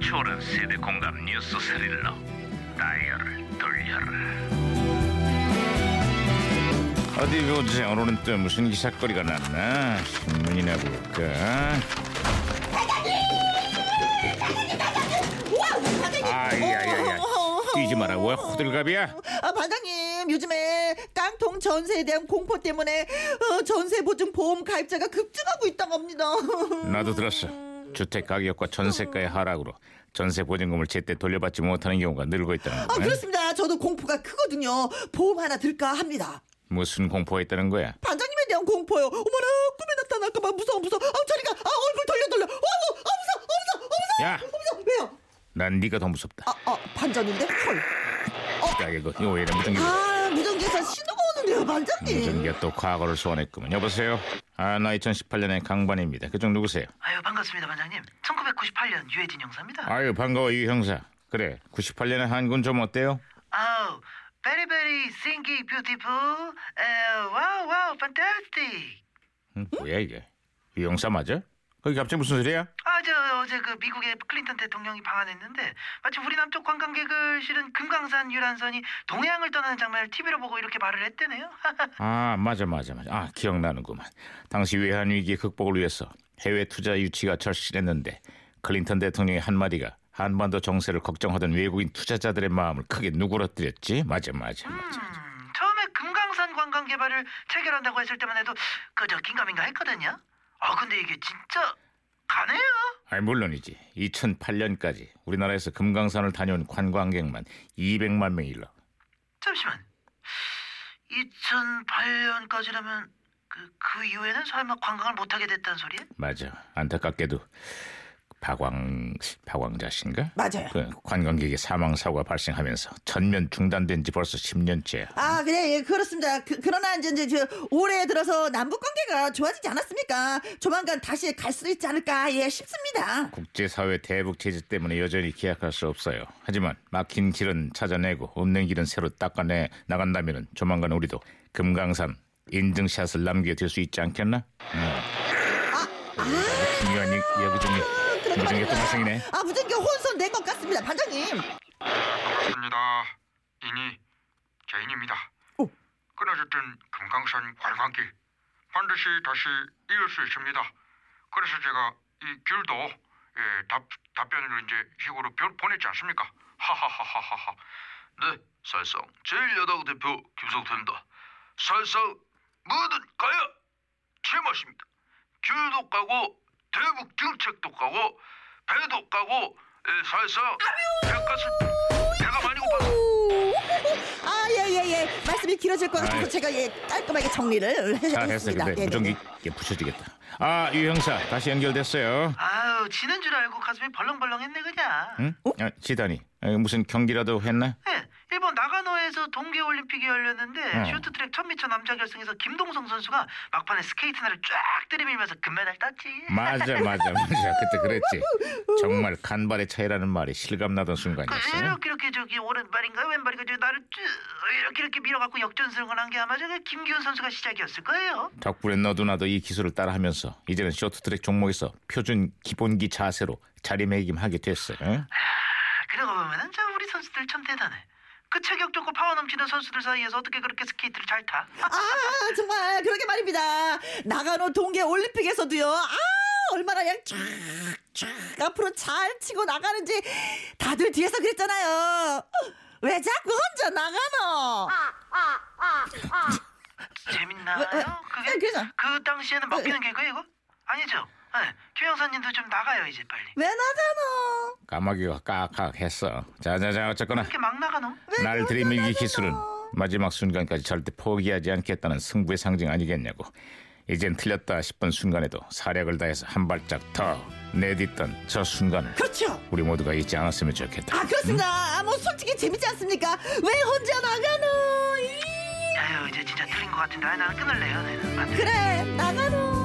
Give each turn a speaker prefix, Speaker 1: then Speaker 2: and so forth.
Speaker 1: 초월한 세대 공감 뉴스 스릴러 다이얼을 돌려라 어디 보자 오늘은 또 무슨 기사거리가 났나 신문이나 볼까
Speaker 2: 와우, 반장님. 어,
Speaker 1: 아야야야 뛰지 마라 왜 호들갑이야
Speaker 2: 아, 반장님, 요즘에 깡통 전세에 대한 공포 때문에 어, 전세 보증 보험 가입자가 급증하고 있다고 합니다.
Speaker 1: 나도 들었어 주택 가격과 전세가의 하락으로 전세 보증금을 제때 돌려받지 못하는 경우가 늘고 있다는
Speaker 2: 아,
Speaker 1: 거야
Speaker 2: 그렇습니다. 저도 공포가 크거든요. 보험 하나 들까 합니다.
Speaker 1: 무슨 공포했다는 거야
Speaker 2: 반장님에 대한 공포요. 어머나, 꿈에 나타날까봐 무서워, 무서워. 아, 저리가, 아, 얼굴 돌려, 돌려. 어, 어, 아, 무서워, 어, 무서워, 어,
Speaker 1: 야
Speaker 2: 무서워. 무서워. 왜요?
Speaker 1: 난 네가 더 무섭다.
Speaker 2: 아, 아, 반전인데? 헐.
Speaker 1: 야 이거 이거 왜 이래 그 무전기?
Speaker 2: 아, 무전기에서 신호가 오는데요, 반장님.
Speaker 1: 무전기가 또 과거를 소환했구먼. 여보세요. 아 나 2018년의 강반입니다. 그쪽 누구세요?
Speaker 3: 아유 반갑습니다 반장님 1998년 유해진 형사입니다
Speaker 1: 아유 반가워 유 형사. 그래 98년의 한군 좀 어때요?
Speaker 3: 아우 very very singing beautiful 와우 와우 fantastic
Speaker 1: 응? 뭐야 이게? 유 형사 맞아? 거기 갑자기 무슨 소리야?
Speaker 3: 아 저 어제 그 미국의 클린턴 대통령이 방한했는데 마치 우리 남쪽 관광객을 실은 금강산 유람선이 동해안을 떠나는 장면을 TV로 보고 이렇게 말을 했대네요
Speaker 1: 아 맞아 맞아 맞아. 아 기억나는구만. 당시 외환 위기 극복을 위해서 해외 투자 유치가 절실했는데 클린턴 대통령의 한 마디가 한반도 정세를 걱정하던 외국인 투자자들의 마음을 크게 누그러뜨렸지. 맞아 맞아 맞아.
Speaker 3: 음, 처음에 금강산 관광 개발을 체결한다고 했을 때만 해도 그저 긴가민가 했거든요 아 근데 이게 진짜 가네요
Speaker 1: 아니 물론이지. 2008년까지 우리나라에서 금강산을 다녀온 관광객만 200만 명이 일러.
Speaker 3: 잠시만. 2008년까지라면 그, 그 이후에는 설마 관광을 못하게 됐다는 소리야?
Speaker 1: 맞아. 안타깝게도 박왕 박왕자신가?
Speaker 2: 맞아요.
Speaker 1: 그 관광객의 사망 사고가 발생하면서 전면 중단된 지 벌써 10년째야.
Speaker 2: 아, 그래, 예, 그렇습니다. 그, 러나 이제, 이제, 저 올해 들어서 남북 관계가 좋아지지 않았습니까? 조만간 다시 갈 수 있지 않을까, 예, 싶습니다.
Speaker 1: 국제사회 대북 제재 때문에 여전히 기약할 수 없어요. 하지만 막힌 길은 찾아내고 없는 길은 새로 닦아내 나간다면 조만간 우리도 금강산 인증샷을 남기게 될 수 있지 않겠나? 응. 중요한 얘기- 얘기 중에
Speaker 2: 아, 그렇게
Speaker 1: 무슨 게또
Speaker 2: 말이구나.
Speaker 1: 발생이네.
Speaker 2: 아, 무전기 혼선 낸 것 같습니다, 반장님.
Speaker 4: 반갑습니다. 이니 제인입니다.
Speaker 2: 오.
Speaker 4: 끊어졌던 금강산 관광길 반드시 다시 이을 수 있습니다. 그래서 제가 이 길도 예, 답, 답변을 이제 식으로 변- 보냈지 않습니까? 하하하하하하. 네, 사실상 제1야당 대표 김성태입니다. 사실상 뭐든 가야 제 맛입니다. 길도 까고 대북 정책도 까고 배도 까고 예, 사실상 배가슴 배가 많이 고파서
Speaker 2: 오, 아, 예, 예, 예. 말씀이 길어질 것 같아서
Speaker 1: 아이.
Speaker 2: 제가, 예, 깔끔하게 정리를
Speaker 1: 잘했어.
Speaker 2: 했습니다.
Speaker 1: 근데
Speaker 2: 예,
Speaker 1: 무전기
Speaker 2: 네, 네.
Speaker 1: 이게 부셔지겠다. 아, 유 형사 다시 연결됐어요.
Speaker 3: 아유 지는 줄 알고 가슴이 벌렁벌렁했네 그냥.
Speaker 1: 응? 아, 지단이 아, 무슨 경기라도 했나?
Speaker 3: 네, 일본 나가노에서 동계올림픽이 열렸는데
Speaker 1: 어.
Speaker 3: 쇼트트랙 1000m 남자 결승에서 김동성 선수가 막판에 스케이트 날을 쫙 들이밀면서 금메달 땄지.
Speaker 1: 맞아, 맞아, 맞아. 그때 그랬지. 정말 간발의 차이라는 말이 실감나던
Speaker 3: 그
Speaker 1: 순간이었어.
Speaker 3: 이렇게 이렇게 저기 오른발인가 왼발인가 저 나를 쭉 이렇게 이렇게 밀어갖고 역전승을 한 게 아마 저기 김기훈 선수가 시작이었을 거예요.
Speaker 1: 덕분에 너도 나도 이 기술을 따라하면서 이제는 쇼트트랙 종목에서 표준 기본기 자세로 자리매김하게 됐어. 응?
Speaker 3: 아, 그러고 보면은 저 우리 선수들 참 대단해. 그 체격 좋고 파워 넘치는 선수들 사이에서 어떻게 그렇게 스케이트를 잘 타?
Speaker 2: 아, 정말, 그러게 말입니다. 나가노 동계 올림픽에서도요, 아, 얼마나 그냥 쫙, 쫙, 앞으로 잘 치고 나가는지 다들 뒤에서 그랬잖아요. 왜 자꾸 혼자 나가노?
Speaker 3: 아, 재밌나요?
Speaker 2: 왜, 네, 왜? 아니,
Speaker 3: 그게
Speaker 2: 네, 그래서-
Speaker 3: 그 당시에는
Speaker 2: 왜,
Speaker 3: 먹히는 개그 이거? 아니죠? 네. 김 형사님도 좀 나가요 이제 빨리.
Speaker 2: 왜 나가노?
Speaker 1: 까마귀가 깍깍 했어. 자자자 어쨌거나
Speaker 3: 이렇게 막 나가노?
Speaker 1: 날 들이밀기 기술은 마지막 순간까지 절대 포기하지 않겠다는 승부의 상징 아니겠냐고. 이젠 틀렸다 싶은 순간에도 사력을 다해서 한 발짝 더 내딛던 저 순간을
Speaker 2: 그렇죠.
Speaker 1: 우리 모두가 잊지 않았으면 좋겠다.
Speaker 2: 아 그렇습니다. 아, 뭐 솔직히 재밌지 않습니까? 왜 혼자 나가노? 이,
Speaker 3: 아유 이제 진짜 틀린 것 같은데 아니, 나는 끊을래요. 나는. 네. 안 돼.
Speaker 2: 그래 나가노.